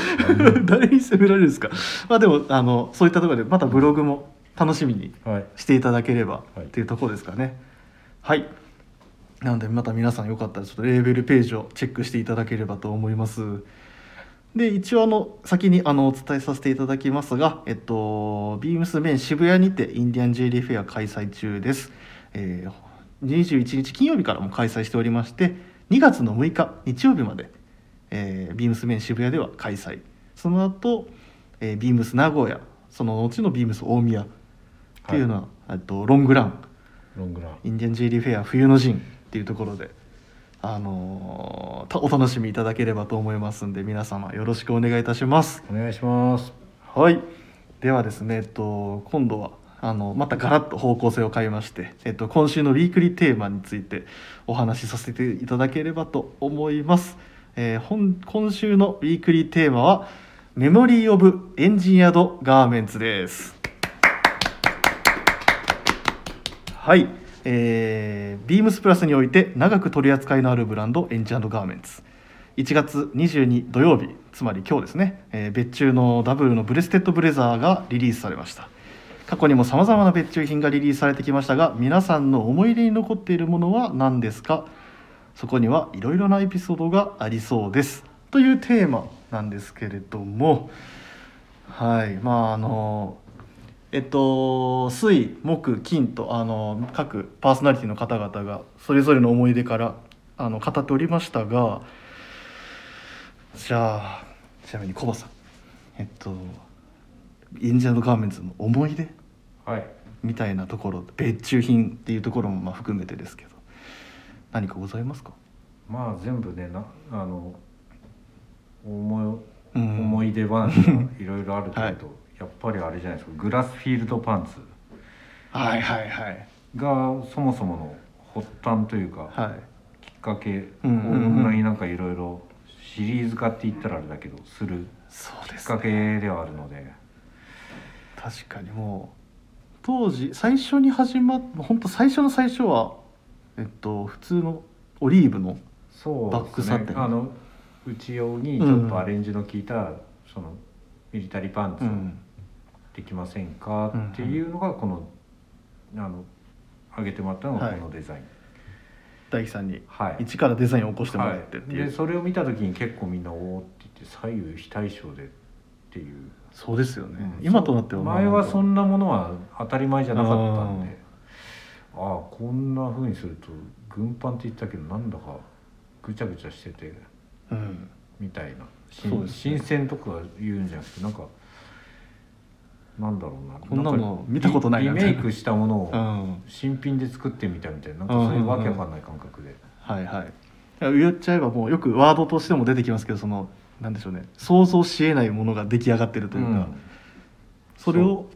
誰に責められるんですかまあでもあのそういったところでまたブログも楽しみに
はい
していただければっ
はい
ていうところですかねはい、なのでまた皆さんよかったらちょっとレーベルページをチェックしていただければと思いますで一応あの先にあのお伝えさせていただきますが、えっと、ビームスメン渋谷にてインディアンジェリーフェア開催中です、えー21日金曜日からも開催しておりまして2月の6日日曜日まで、えービームスメン渋谷では開催その後、えービームス名古屋その後のビームス大宮っていうのは、えっとロングラン
ロングラン
インディアンジェリーフェア冬の陣っていうところで、あのーたお楽しみいただければと思いますんで皆様よろしくお願いいたします。
お願いします
はい、ではですね、えっと、今度はあのまたガラッと方向性を変えまして、えっと、今週のウィークリーテーマについてお話しさせていただければと思います、えー本今週のウィークリーテーマは「メモリー・オブ・エンジニアド・ガーメンツ」ですはい、えー、ビームスプラスにおいて長く取り扱いのあるブランドエンジンガーメンツ1月22土曜日つまり今日ですね、えー別注のダブルのブレステッドブレザーがリリースされました過去にもさまざまな別注品がリリースされてきましたが皆さんの思い出に残っているものは何ですかそこにはいろいろなエピソードがありそうですというテーマなんですけれどもはいまああのえっと水木金とあの各パーソナリティの方々がそれぞれの思い出からあの語っておりましたがじゃあちなみにコバさんえっとインジアのガーメンツの思い出
はい
みたいなところ別注品っていうところもまあ含めてですけど何かございますか
まあ全部ねなあの思い
うん
思い出話がいろいろあるけど、
はい
やっぱりあれじゃないですかグラスフィールドパンツ
はいはいはい
がそもそもの発端というか、
はい
きっかけこ
うんうんうん
んなになんかいろいろシリーズ化って言ったらあれだけどする
そう
き
で
っ
す
か
ね
けではあるので
確かにもう当時最初に始まっ本当最初の最初はえっと普通のオリーブの
そう
バック
です
サ
ね
テン
あのうち用にちょっとアレンジの効いた、そのミリタリーパンツ
うん
できませんかっていうのがこのあの上げてもらったのがこのデザイン。
大樹さんに
はい
一からデザインを起こしてもらってっていう、
はいでそれを見た時に結構みんな「おお」って言って左右非対称でっていう、
そうですよね、
うん
今となっては
前はそ
なん
なものは当たり前じゃなかったんでああこんなふうにすると軍パンって言ったけどなんだかぐちゃぐちゃしてて
うん
みたいな、
そうで
新
すね
新鮮とか言うんじゃなくてなんかなんだろうな
こんなの
か
見たことない
リ
な
リメイクしたものを
うん
新品で作ってみたみたいななんかそういうわけわかんない感覚で。
はいはい言っちゃえばもうよくワードとしても出てきますけどそのなんでしょうね想像しえないものが出来上がってるというか、
うん
それを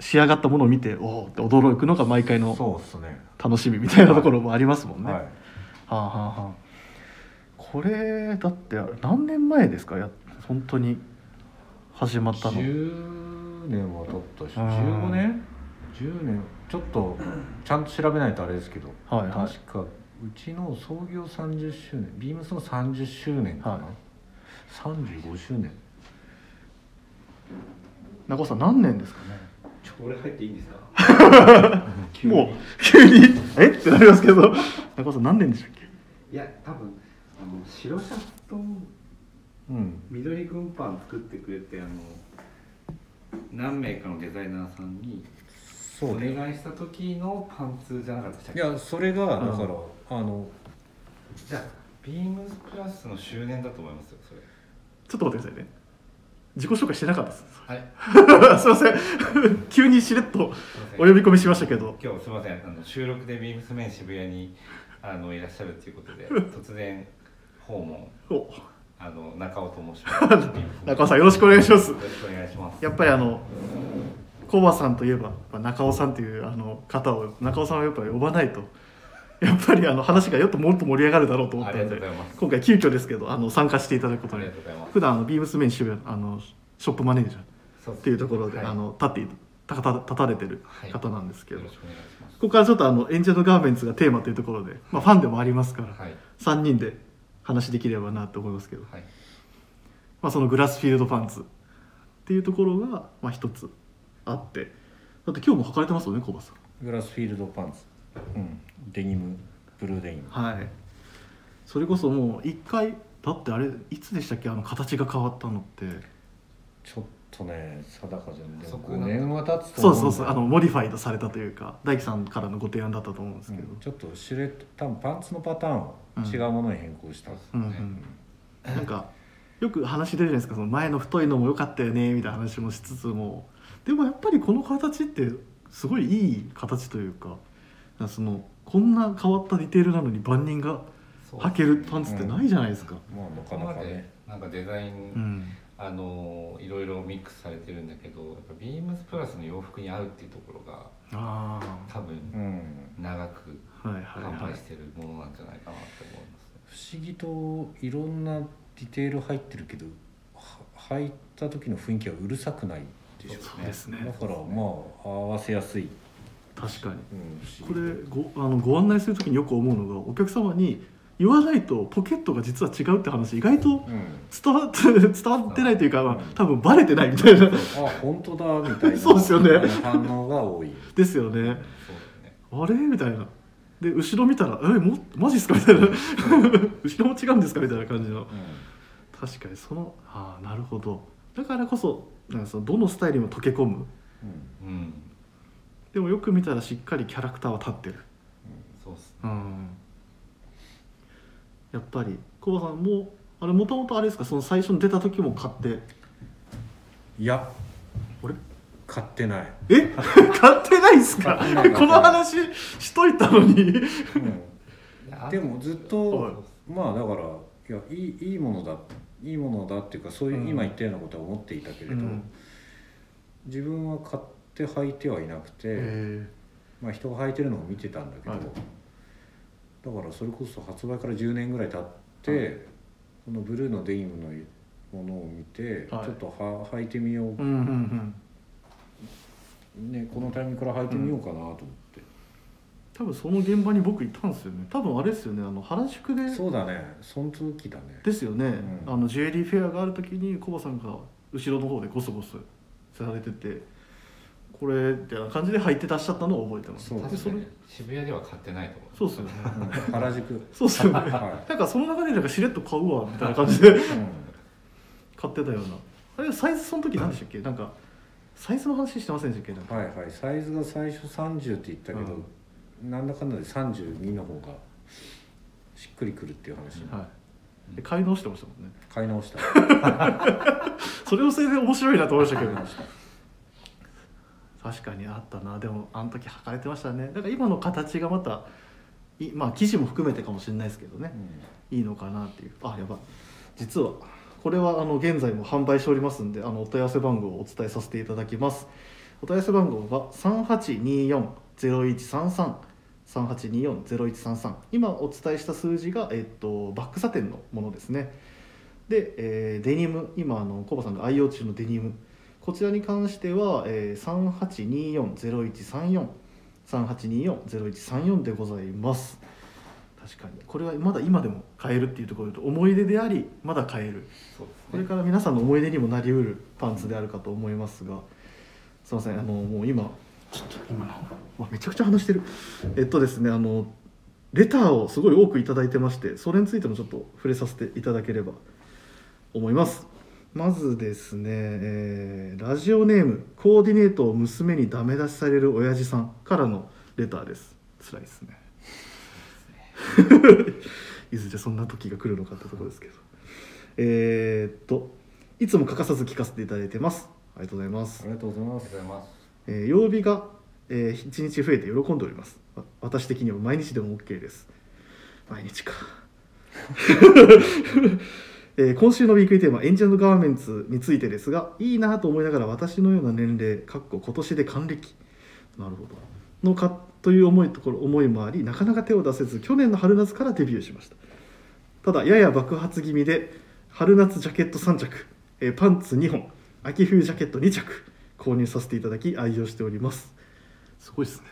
仕上がったものを見ておおって驚くのが毎回の
そうですね。
楽しみみたいなところもありますもんね。
はい。
はあはあはあこれだって何年前ですかや本当に始まったの
10年は経ったし
うん
15年10年ちょっとちゃんと調べないとあれですけど、
はいはい
確かうちの創業30周年ビームスの30周年かな、
はい
35周年
中尾さん何年ですかね
ちょ俺入っていいんですか 急に
もう急に 「えっ?」てなりますけど中尾さん何年でしたっけ
いや多分あの白シャツと
うん
緑軍パン作ってくれてあの何名かのデザイナーさんに
そ
お
うね
願いした時のパンツじゃなかったでしたっ
い
け
やそれがだから、
うん
あの
じゃあビームスプラスの周年だと思いますよそれ
ちょっと待ってくださいね自己紹介してなかったです
は い
すいません 急にしれっと
すいません
お呼び込みしましたけど
今日すみませんあの収録でビームスメン渋谷にあのいらっしゃるということで突然訪問
お
あの中尾と申しますビームスメン
中尾さんよろしくお願いします
よろしくお願いします
やっぱりあのコバさんといえばまあ中尾さんというあの方を中尾さんはやっぱり呼ばないとやっぱりあの話がよっともっと盛り上がるだろうと思った
あり
の
がとう
で
ございます
今回急遽ですけどあの参加していただくこと
あり
に
がとうございます
普段あのビームスメン渋谷あのショップマネージャー
そ
っていうところで、
はい
あの立っていた立た立たれてる方なんですけど、
よろ
こ
しくお願いします
こからちょっとあのエンジェルガーメンツがテーマというところで、まあ、ファンでもありますから、
はい
3人で話できればなと思いますけど、
はい
まあ、そのグラスフィールドパンツっていうところがまあ一つあってだって今日も履かれてますよねコバさん
グラスフィールドパンツ、うん、デニムブルーデニム
はいそれこそもう一回だってあれいつでしたっけあの形が変わったのって
ちょっとね定かじゃないで
そ
も
こ
5年は経つと
そう
思うんだよ
そうそうあのモディファイドされたというか大樹さんからのご提案だったと思うんですけど、
うんちょっとシルエット多分パンツのパターンを違うものに変更した、
うんうんなんかよく話出るじゃないですかその前の太いのも良かったよねみたいな話もしつつもでもやっぱりこの形ってすごいいい形というかそのこんな変わったディテールなのに万人が
そう
履けるパンツってないじゃないですか。
まあなか
ここま
なか
で
ね
なんかデザイン、
うん
あのいろいろミックスされてるんだけどやっぱビームスプラスの洋服に合うっていうところが
あ
多
う
分
ん
長く
あはいはい
販
は
売
い
してるものなんじゃないかなって思います、
不
ね
思議といろんなディテール入ってるけどは履いた時の雰囲気はうるさくないでしょ
そうです
だ
ね
からまあ合わせやすい、
確かに
うん、
これごあのご案内する時によく思うのがお客様に言わないとポケットが実は違うって話意外と
れ、うん、
伝わって 伝わってないというか、まあ
うん、
多分バレてないみたいな
あ本当だみたいな
そうですよね
反応が多い
ですよね
そうだね
あれみたいなで後ろ見たら「えもマジっすか?」みたいな 「後ろも違うんですか?」みたいな感じの確かにそのああなるほどだからこそなんかそのどのスタイルにも溶け込む
うん
うん
でもよく見たらしっかりキャラクターは立ってる
そうっす
うんやっぱり久保さんもあれもともとあれですかその最初に出た時も買って
いや
あれ
買ってない、
え 買ってないっすか
買ってない
この話しといたのに
うん、でもずっと、
はい
まあだからいやいいいいものだいいものだっていうかそういう、
うん
今言ったようなことは思っていたけれ
う
ど、
ん
自分は買って履いてはいなくて、
え
まあ、人が履いてるのを見てたんだけど、
はい
だからそれこそ発売から10年ぐらい経って、
はい
このブルーのデニムのものを見て、
はい
ちょっとは履いてみよう、
ーうんうんうん
ね、このタイミングから履いてみようかなと思って、
多分その現場に僕いたんですよね多分あれですよねあの原宿で
そうだねその時だね
ですよね、
うん
あのジュエリーフェアがある時にコバさんが後ろの方でゴソゴソされててこれみたいな感じで入って出しちゃったのを覚えてます
そう
で
確
そ
か
れ
に渋谷では買ってないと思う
そうっすよね
原宿
そうっすよね
は
なんかその中でなんかしれっと買うわみたいな感じで
い、うん
買ってたようなあれサイズその時何でしたっけなんかサイズの話してませんでしたっけなんか
はいはいサイズが最初30って言ったけど、なんだかんだで32の方がしっくりくるっていう話、
はいで買い直してましたもんね
買い直した
それもそれで面白いなと思いましたけど確かにあったなでもあの時履かれてましたねだから今の形がまたいまあ生地も含めてかもしれないですけどねいいのかなっていうあやばい実はこれはあの現在も販売しておりますんであのお問い合わせ番号をお伝えさせていただきますお問い合わせ番号は3824-0133 3824-0133今お伝えした数字が、えっと、バックサテンのものですねで、えーデニム今あのコバさんが愛用中のデニムこちらに関しては、えー、3824-01343824-0134でございます確かにこれはまだ今でも買えるっていうところと思い出でありまだ買える
そう
これ
ですね
から皆さんの思い出にもなりうるパンツであるかと思いますがすいませんあのもう今ちょっと今のうわめちゃくちゃ話してるえっとですねあのレターをすごい多くいただいてましてそれについてもちょっと触れさせていただければ思いますまずですね、えーラジオネームコーディネートを娘にダメ出しされる親父さんからのレターです辛いですね いずれそんな時が来るのかってとこですけどえーっといつも欠かさず聞かせていただいてますありがとうございま
あ
す
り、がとうございま
ありが
す
とうございます
えー曜日が、えー、1日増えて喜んでおりますわ私的には毎日でも OK です毎日か、 えー今週のウィークリーテーマ「エンジェルガーメンツ」についてですがいいなと思いながら私のような年齢かっこ今年で還暦なるほどのかという思いところ思いもありなかなか手を出せず去年の春夏からデビューしましたただやや爆発気味で春夏ジャケット3着、えーパンツ2本秋冬ジャケット2着購入させていただき愛用しておりますすごいですね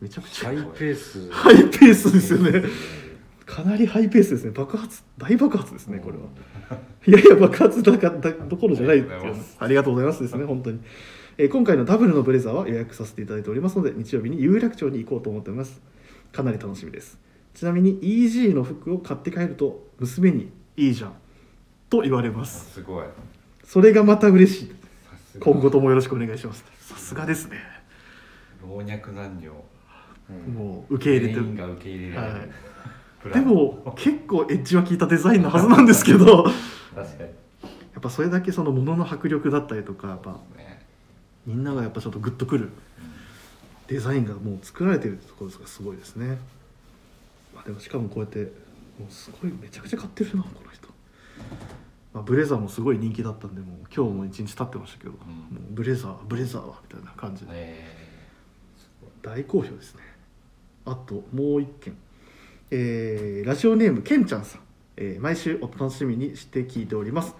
めちゃくちゃ
ハイペース
ハイペースですよねかなりハイペースですね爆発大爆発ですねこれは、いやいや爆発だかだどころ じゃないっていうありがとうございますですね本当に、えー今回のダブルのブレザーは予約させていただいておりますので日曜日に有楽町に行こうと思っておりますかなり楽しみですちなみに EG の服を買って帰ると娘に「いいじゃん」と言われま
あ
す
すごい
それがまた嬉しい
さすが
今後ともよろしくお願いしますさすがですね
老若男女
うん
もう受け入れて
全
る
員が受け入れられる、
はい
プラ
で
ン
も結構エッジは効いたデザインのはずなんですけどや
確か
っ
に
ぱそれだけそのものの迫力だったりとかやっぱ
ね
みんながやっぱちょっとグッとくるデザインがもう作られてるってところですがすごいですね、まあ、でもしかもこうやってもうすごいめちゃくちゃ買ってるなこの人、まあ、ブレザーもすごい人気だったんでもう今日も一日経ってましたけど、
ん
もうブレザーブレザーはみたいな感じで
え
大好評ですねあともう一件えーラジオネームけんちゃんさん、えー毎週お楽しみにして聞いております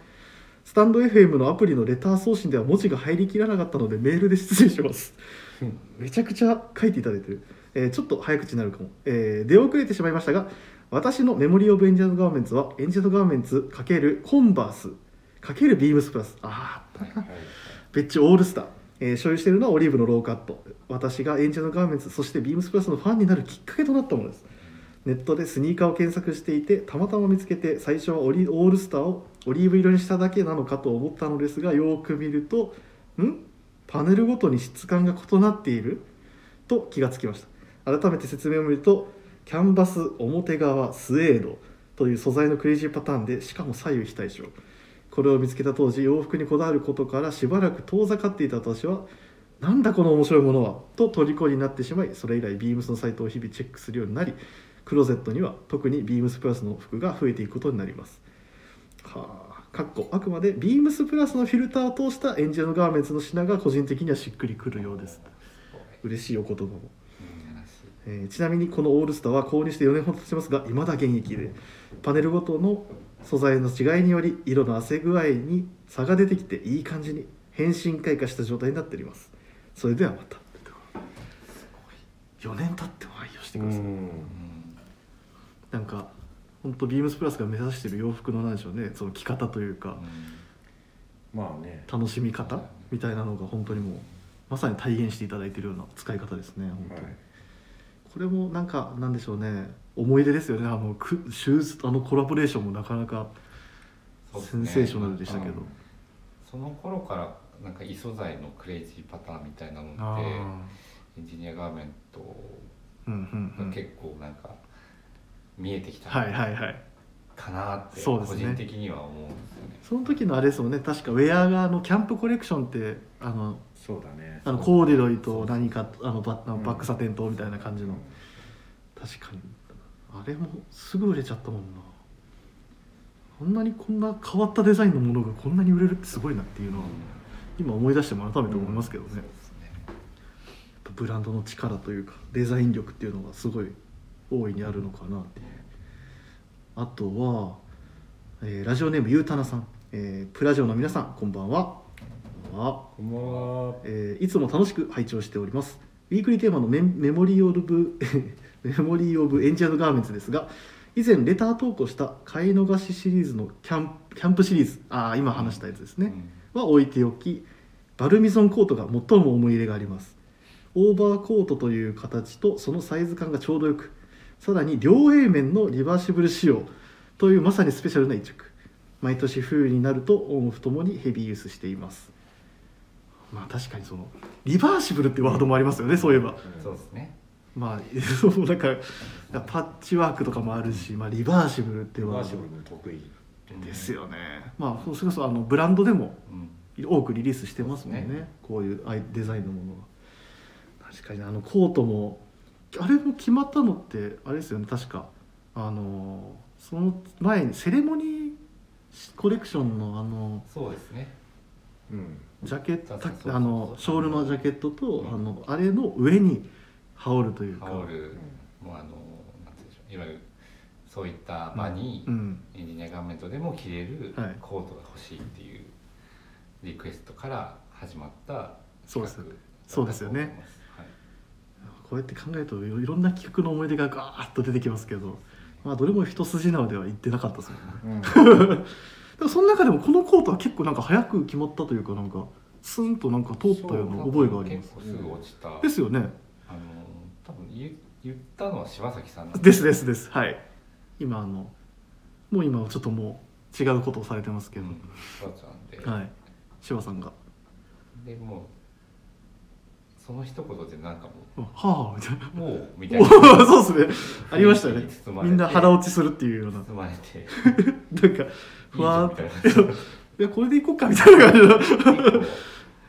スタンド FM のアプリのレター送信では文字が入りきらなかったのでメールで失礼しますめちゃくちゃ書いていただいてる、えーちょっと早口になるかも、えー出遅れてしまいましたが私のメモリー・オブ・エンジェル・ガーメンツはエンジェル・ガーメンツ×コンバース×ビームスプラスあああったな別注オールスター、えー所有しているのはオリーブのローカット私がエンジェルのガーメンツそしてビームスプラスのファンになるきっかけとなったものですネットでスニーカーを検索していてたまたま見つけて最初はオリオールスターをオリーブ色にしただけなのかと思ったのですがよーく見るとんパネルごとに質感が異なっていると気がつきました改めて説明を見るとキャンバス表側スウェードという素材のクレイジーパターンでしかも左右非対称これを見つけた当時洋服にこだわることからしばらく遠ざかっていた私はなんだこの面白いものはと虜になってしまいそれ以来ビームスのサイトを日々チェックするようになりクローゼットには特にビームスプラスの服が増えていくことになりますはあかっこあくまでビームスプラスのフィルターを通したエンジェルガーメンツの品が個人的にはしっくりくるようです嬉しいお言葉もえーちなみにこのオールスターは購入して4年ほど経ちますが未だ現役でパネルごとの素材の違いにより色の汗具合に差が出てきていい感じに変身開花した状態になっておりますそれではまた4年経っても愛用して
う
ください、
ん
なんか本当ビームスプラスが目指してる洋服の何でしょうねその着方というか、
まあね
楽しみ方みたいなのが本当にもうまさに体現していただいているような使い方ですね本当に、
はい
これもなんかなんでしょうね思い出ですよねあのくシューズあのコラボレーションもなかなか
そうです
セ
ね
ンセーショナルでしたけど、
うん
その頃からなんか異素材のクレイジーパターンみたいなの
あ
って
あ
エンジニアガーメント
うんうんう
が
ん
結構なんか見えてきた
はいはいはい
かなって
そう
個
ですね
人的には思うんですよね。
その時のあれですもんね確かウェア側のキャンプコレクションってあの
そうだね
あの
そう
コーデュロイと何かあのバ
うん
バックサテンとみたいな感じの、
うん
確かにあれもすぐ売れちゃったもんなこんなにこんな変わったデザインのものがこんなに売れるってすごいなっていうのは今思い出しても改めて思いますけどね、
そう
やっ
ですね
ぱブランドの力というかデザイン力っていうのがすごい大いにあるのかなっていうあとは、えーラジオネームゆうたなさん、えープラジオの皆さんこんばんはこんばんは
こんばんは
えーいつも楽しく拝聴しておりますウィークリーテーマのメンメモリー・オブ メモリー・オブ・エンジニアド・ガーメンツですが以前レター投稿した買い逃しシリーズのキャンプキャンプシリーズああ今話したやつですね、は置いておきバルミゾンコートが最も思い入れがありますオーバーコートという形とそのサイズ感がちょうどよくさらに両 A 面のリバーシブル仕様というまさにスペシャルな一着毎年冬になるとオンオフともにヘビーユースしていますまあ確かにそのリバーシブルってワードもありますよねそういえば
うんそうですね。
まあ そうなんかパッチワークとかもあるし、まあ、リバーシブルってい
リ
う
バ
ワ
ーシ
ー
ブルも得意
ドですよねまあそれこそあのブランドでも
うん。
多くリリースしてますもんね
そうですね
こういうアイデザインのものは確かにあのコートもあれも決まったのってあれですよね確かあのその前にセレモニーコレクションのあの
そうですね。
うん
ジャケット
そうそうそう
あのショールのジャケットと、
うん
あのあれの上に羽織るというか
羽織るもうあのなんて言うんでしょういわゆるそういった場に
うん
エンジニアガーメントでも着れる
はい
コートが欲しいっていうリクエストから始まった
そうです
企画だったと
そうですよね
思います。はい
こうやって考えるといろいろんな企画の思い出がガーッと出てきますけど、まあ、どれも一筋縄では言ってなかったですもんね
うん
でもその中でもこのコートは結構なんか早く決まったというかなんかスンとなんか通ったような覚えがあります
結構すぐ落ちた。
ですよね
あの多分言言ったのは柴崎さんなん
ですですですはい今あのもう今はちょっともう違うことをされてますけ
う
ど、
ん、柴ちゃんで。
はい柴さんが
でもうその一言でなんかも
「はあ」みたいな
うもうみたい
お
な。
ーそうですねありましたね
に包まれ
み
て
んな腹落ちするっていうような
包まれて。
なんかふわーっと
いいじゃん みたいな
いやこれでいこうかみたいな感じの
結構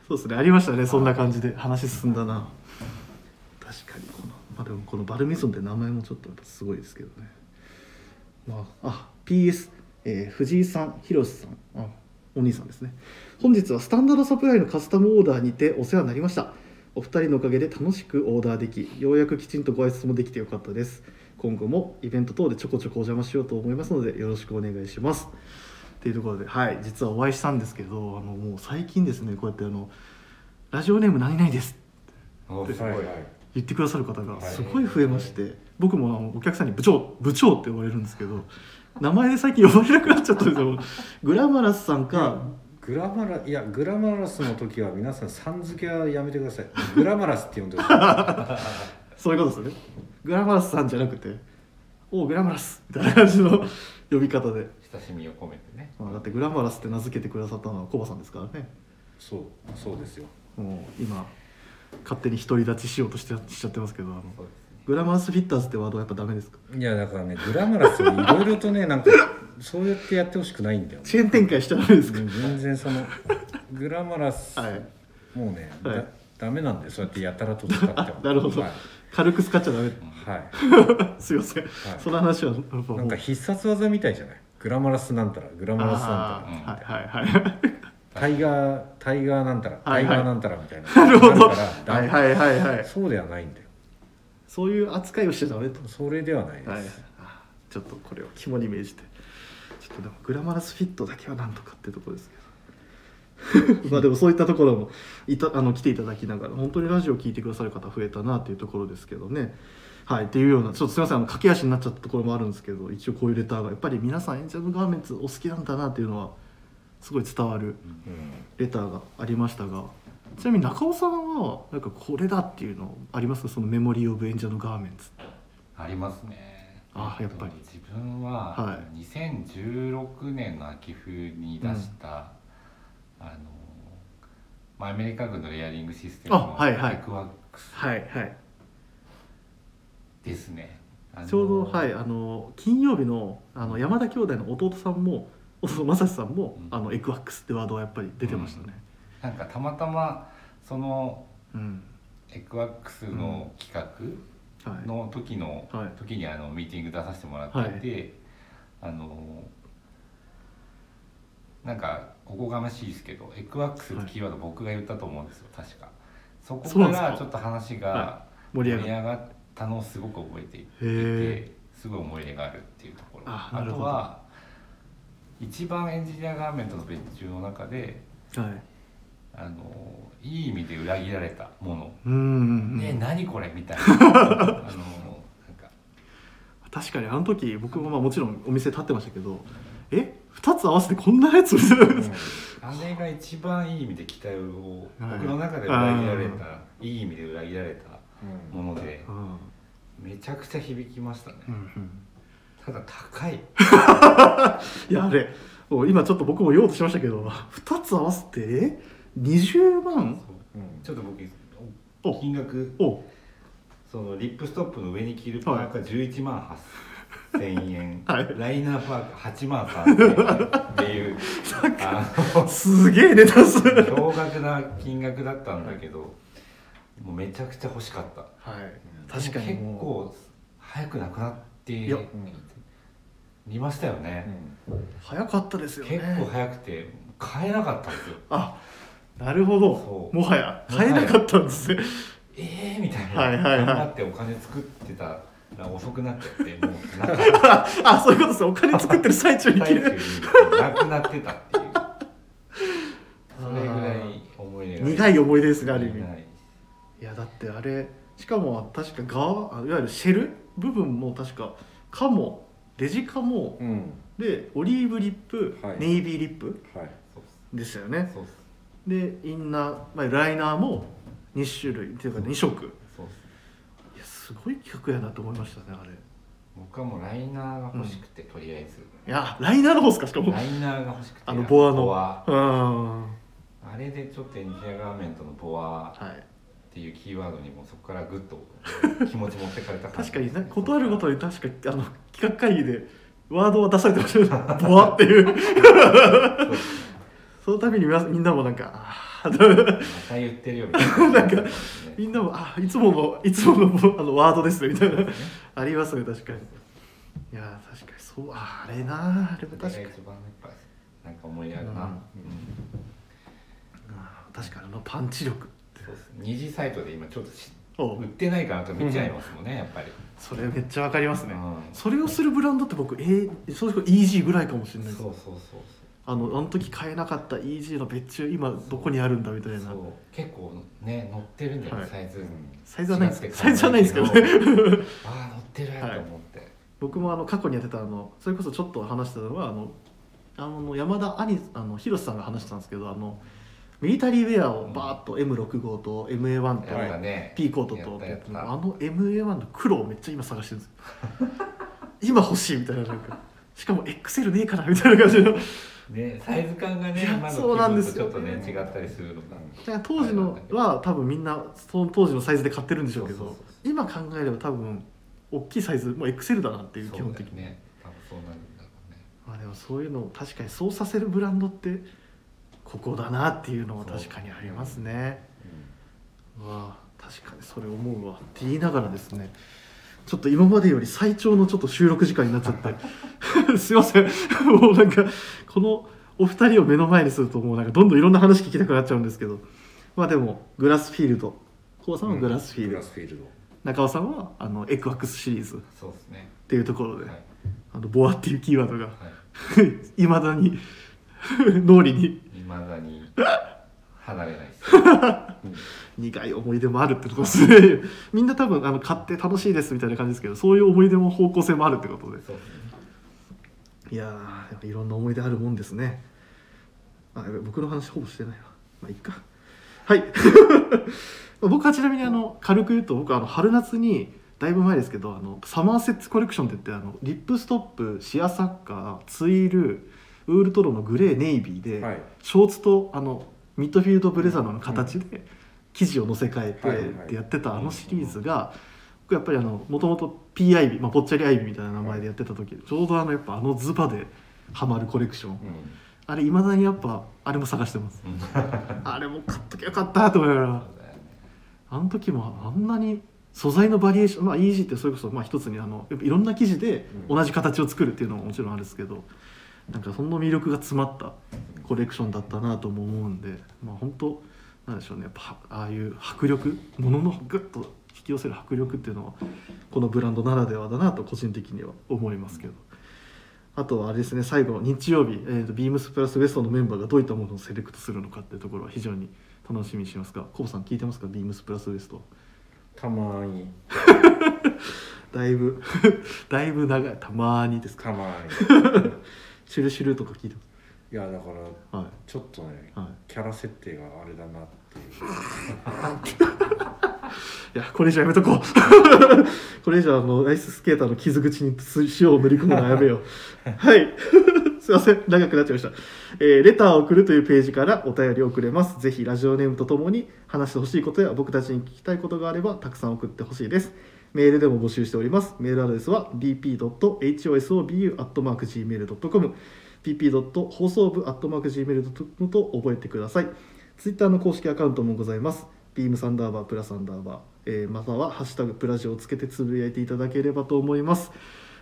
そうですねありましたねそんな感じで話進んだな確かにこのまあでもこのバルミゾンって名前もちょっとやっぱすごいですけどねまああ PS、えー藤井さん広瀬さんあお兄さんですね本日はスタンダードサプライのカスタムオーダーにてお世話になりましたお二人のおかげで楽しくオーダーできようやくきちんとご挨拶もできてよかったです今後もイベント等でちょこちょこお邪魔しようと思いますのでよろしくお願いしますっていうところではい実はお会いしたんですけどあのもう最近ですねこうやってあの「ラジオネーム何々です」
おすご
はい
い
はい
言ってくださる方が
はい
すごい増えまして、僕もあのお客さんに部長部長って呼ばれるんですけど名前で最近呼ばれなくなっちゃったんです よグラマラスさんか
グラマラいやグラマラスの時は皆さんさん付けはやめてくだ さいグラマラスって呼んでくださ
そういうことですねグラマラスさんじゃなくて「おうグラマラス」みたいな感じの呼び方で、
親しみを込めてね。
まあ、だってグラマラスって名付けてくださったのはコバさんですからね
いそうそうですよ
もう今勝手に独り立ちしようとしてしちゃってますけどあの
そうです
グラマラスフィッターズってワードはやっぱダメですか
いやだからねグラマラスをいろいろとねなんかそうやってやってほしくないんだよ、ね、
チェーン展開しちゃダメですか、
全然そのグラマラス、
はい
もうね、
はい
だダメなんでそうやってやたらと使っても
あなるほど
はい、
軽く使っちゃダメ
はい
すいません、その話はやっぱもう
なんか必殺技みたいじゃないグラマラスなんたらグラマラスなんたら
あーはいはいはい
タイガータイガーなんたら、
はいはい
タイガーなんたらみ たいな
なるほど。
だからだ
はいはいはいはい。
そうではないんだよ
そういう扱いをしてたのねと。
それではないです、
はい。あちょっとこれを肝に銘じて。ちょっとでもグラマラスフィットだけはなんとかってところですけど。 まあでもそういったところもいたあの来ていただきながら本当にラジオを聞いてくださる方増えたなというところですけどね。はい、っていうようなちょっとすみませんあの駆け足になっちゃったところもあるんですけど一応こういうレターがやっぱり皆さんエンジェルガーメンツお好きなんだなっていうのはすごい伝わる
うん
レターがありましたがちなみに中尾さんはなんかこれだっていうのありますそのメモリー・オブ・エンジャーのガーメンツ
ありますね
あやっぱり
えと自分は、
は
2016年の秋冬に出した、あのまあアメリカ軍のレイヤリングシステム
あ
の
はいはい
エクワックス
はいはい
ですね、あの
ちょうどはいあの金曜日のあの山田兄弟の弟さんも 弟正志さんも、
うん
あのエクワックスってワードはやっぱり出てましたね、
なんかたまたまその
うん
エクワックスの企
は
画
い、
の時の、
はい
時にあのミーティング出させてもらっていて、あのなんかおこがましいですけどエクワックスってキーワード僕が言ったと思うんですよ確かそ
そうな
こ
ん
か
ですから
ちょっと話
は
が
盛り上
盛り
がる
上がったのをすごく覚えてい
へ
てすごい思い入れがあるっていうところ
あ
あ
なるほ
と
ど
は一番エンジニアガーメントの別注の中で
はい
あのいい意味で裏切られたもの
うんうんうん
ね、何これみ たいなあのなんか
確かにあの時僕もまあもちろんお店立ってましたけどえ二2つ合わせてこんなやつみたいな、
あれが一番いい意味で期待を
はい
僕の中で裏切られたいい意味で裏切られたもので
うん
めちゃくちゃ響きましたね
うんうん
ただ高い
いやあれもう今ちょっと僕も言おうとしましたけど2つ合わせてえ20万
ちょっと僕
お
金額
お
そのリップストップの上に着るパーカー11万8000円、
はい
ライナーパーカー8万3000円っていうあの
すげえネタ数はい
驚愕な金額だったんだけどもうめちゃくちゃ欲しかった
確かに
でも結
も
構早くなくなって
いや
見ましたよね、
う早かったですよね
結構早くて買えなかったんですよ
あなるほど
そう
もはや
もは
買えな
や
かったんですね
ええー、みたいな、
はいはいはい
頑張ってお金作ってたら遅くなっちゃってもうなかった
あそういうことですお金作ってる最中に
最
切
中
る
になくなってたっていうそれぐらい思い出が
苦い思い出ですがある意味
ない
いやだってあれしかも確か側あいわゆるシェル部分も確かカモデジカモ
うん
でオリーブリップ、
はい
ネイビーリップ
はい
そうっす
ですよね
そうっす
でインナー、まあ、ライナーも2種類っていうか2色
そうっす
いやすごい企画やなと思いましたねあれい
僕はもうライナーが欲しくて、とりあえず
やライナーの方ですかしかも
ライナーが欲しくて
あのボアの
ボア
うんは
あれでちょっとエンジニアガーメントのボアっていうキーワードにもそこからぐっと気持ち持ってかれた
い
感じ
確かにね断るごとに確かあの企画会議でワードは出されてま したよねボワっていうそのたびに皆さんみんなもなんかあー
また言ってるよみたい な
なんかみんなも「あいつものいつものあのワードですね」みたいなありますね確かにいやー確かにそうああれなあれも
確か
確
に
かに
一番やっぱなんか思い出あるな、
う
うんん
あー確かにあのパンチ力って
そうっす二次サイトで今ちょっとし
お
売ってないかなと見ちゃいますもんね、やっぱり
それめっちゃわかりますね
うん
それをするブランドって僕えー、それこそ EG ぐらいかもしれないです
そうそうそうそう
あのあの時買えなかった EG の別注今どこにあるんだみたいな
そう結構ね乗ってるんだよね、
はい
サイズ
サイズはないんですけ
け
ど
ど
サイズはないんですけどね
ああ乗ってるやと思って、
僕もあの過去にやってたあのそれこそちょっと話したのはあのあの山田兄あの広瀬さんが話してたんですけどあのミリタリーウェアをバーッと M65 と MA1 と
やったね
P コートと
やったやった
あの MA1 の黒をめっちゃ今探してるんですよ今欲しいみたいななんかしかも XL ねえからみたいな感じのだか
ねサイズ感がね
いや
今の
そうなんです
ち
よ
ょっとね違ったりするのが
ら当時のは多分みんなその当時のサイズで買ってるんでしょうけ
そう
ど
そうそう
今考えれば多分大きいサイズもう XL だなっていう基本的に
そうだよね多分そうなるんだろうね
まあでもそういうのを確かにそうさせるブランドってここだなっていうのは確かにありますねうわあ確かにそれ思うわって言いながらですねちょっと今までより最長のちょっと収録時間になっちゃって すいませんもうなんかこのお二人を目の前にするともうなんかどんどんいろんな話聞きたくなっちゃうんですけどまあでもグラスフィールドコウさんはグラスフィール
グ
ド、
ラスフィールド
中尾さんはあのエクワックスシリーズっ
そうですね
ていうところで、
はい
あのボアっていうキーワードが
はい
まだに 脳裏に
い未だに離れないです
苦い思い出もあるってことですね みんな多分あの買って楽しいですみたいな感じですけどそういう思い出も方向性もあるってことで
そうですね
いやーやっぱいろんな思い出あるもんですねあやべ僕の話ほぼしてないわまあいっかはい 僕はちなみにあの軽く言うと僕はあの春夏にだいぶ前ですけどあのサマーセッツコレクションって言ってあのリップストップシアサッカーツイールウールトロのグレーネイビーで、
はい
ショーツとあのミッドフィールドブレザーの形で生地を乗せ替え
はい
て
はい
ってやってたあのシリーズが僕やっぱりあのもともと PIB、まあ、ぽっちゃりアイビーみたいな名前でやってた時ちょうどあのやっぱあのズバでハマるコレクションあれいまだにやっぱあれも探してます
うん
あれも買っときゃよかったと思いながらあの時もあんなに素材のバリエーションまあ EG ってそれこそまあ一つにあのやっぱいろんな生地で同じ形を作るっていうのももちろんあるんですけどなんかその魅力が詰まったコレクションだったなとも思うんでまあ本当なんでしょうねやっぱああいう迫力もののグッと引き寄せる迫力っていうのはこのブランドならではだなと個人的には思いますけど。あとはあれですね最後日曜日、えー、とビームスプラスウエストのメンバーがどういったものをセレクトするのかっていうところは非常に楽しみにしますがコブさん聞いてますかビームスプラスウエスト
たまーに
だいぶ だいぶ長いたまーにですか
たまーに
シュルシュルとか聞いて
いやだから
ますは
ちょっとね、
い、はい、
キャラ設定があれだなっていう
いやこれ以上やめと こうこれ以上あのアイススケーターの傷口に塩を塗り込むのはやめ ようはい すいません長くなっちゃいました、えーレターを送るというページからお便りを送れますぜひラジオネームとともに話してほしいことや僕たちに聞きたいことがあればたくさん送ってほしいですメールでも募集しておりますメールアドレスは bp.hosobu.gmail.com bp. 放送部 .gmail.com と覚えてくださいツイッターの公式アカウントもございます。ビームサンダーバープラサンダーバー、えーまたはハッシュタグプラジオをつけてつぶやいていただければと思います。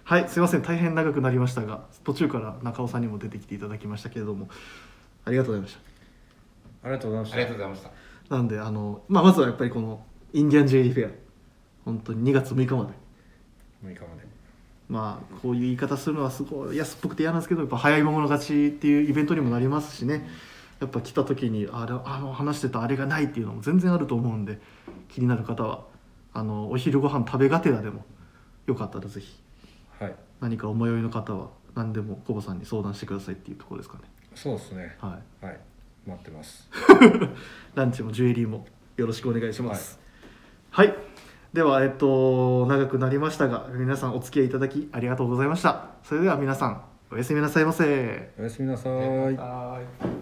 はい、すいません、大変長くなりましたが、途中から中尾さんにも出てきていただきましたけれども、ありがとうございまし
ありがとうございまし
あ
た
りがとうございました
た。なんで、あの、まあ、まずはやっぱりこのインディアンジェリーフェア、本当に2月6日まで。
6日まで
まあ、こういう言い方するのはすごい安っぽくて嫌なんですけどやっぱ早い者勝ちっていうイベントにもなりますしねやっぱ来た時にあれあの話してたあれがないっていうのも全然あると思うんで気になる方はあのお昼ご飯食べがてらでもよかったらぜひ
はい
何かお迷いの方は何でもコボさんに相談してくださいっていうところですかね
そうですね
はい
はい待ってます
ランチもジュエリーもよろしくお願いします。はい、では、えっと、長くなりましたが、皆さんお付き合いいただきありがとうございました。それでは皆さん、おやすみなさいませ。
おやすみなさ
ありがとうご
ーい
ざいます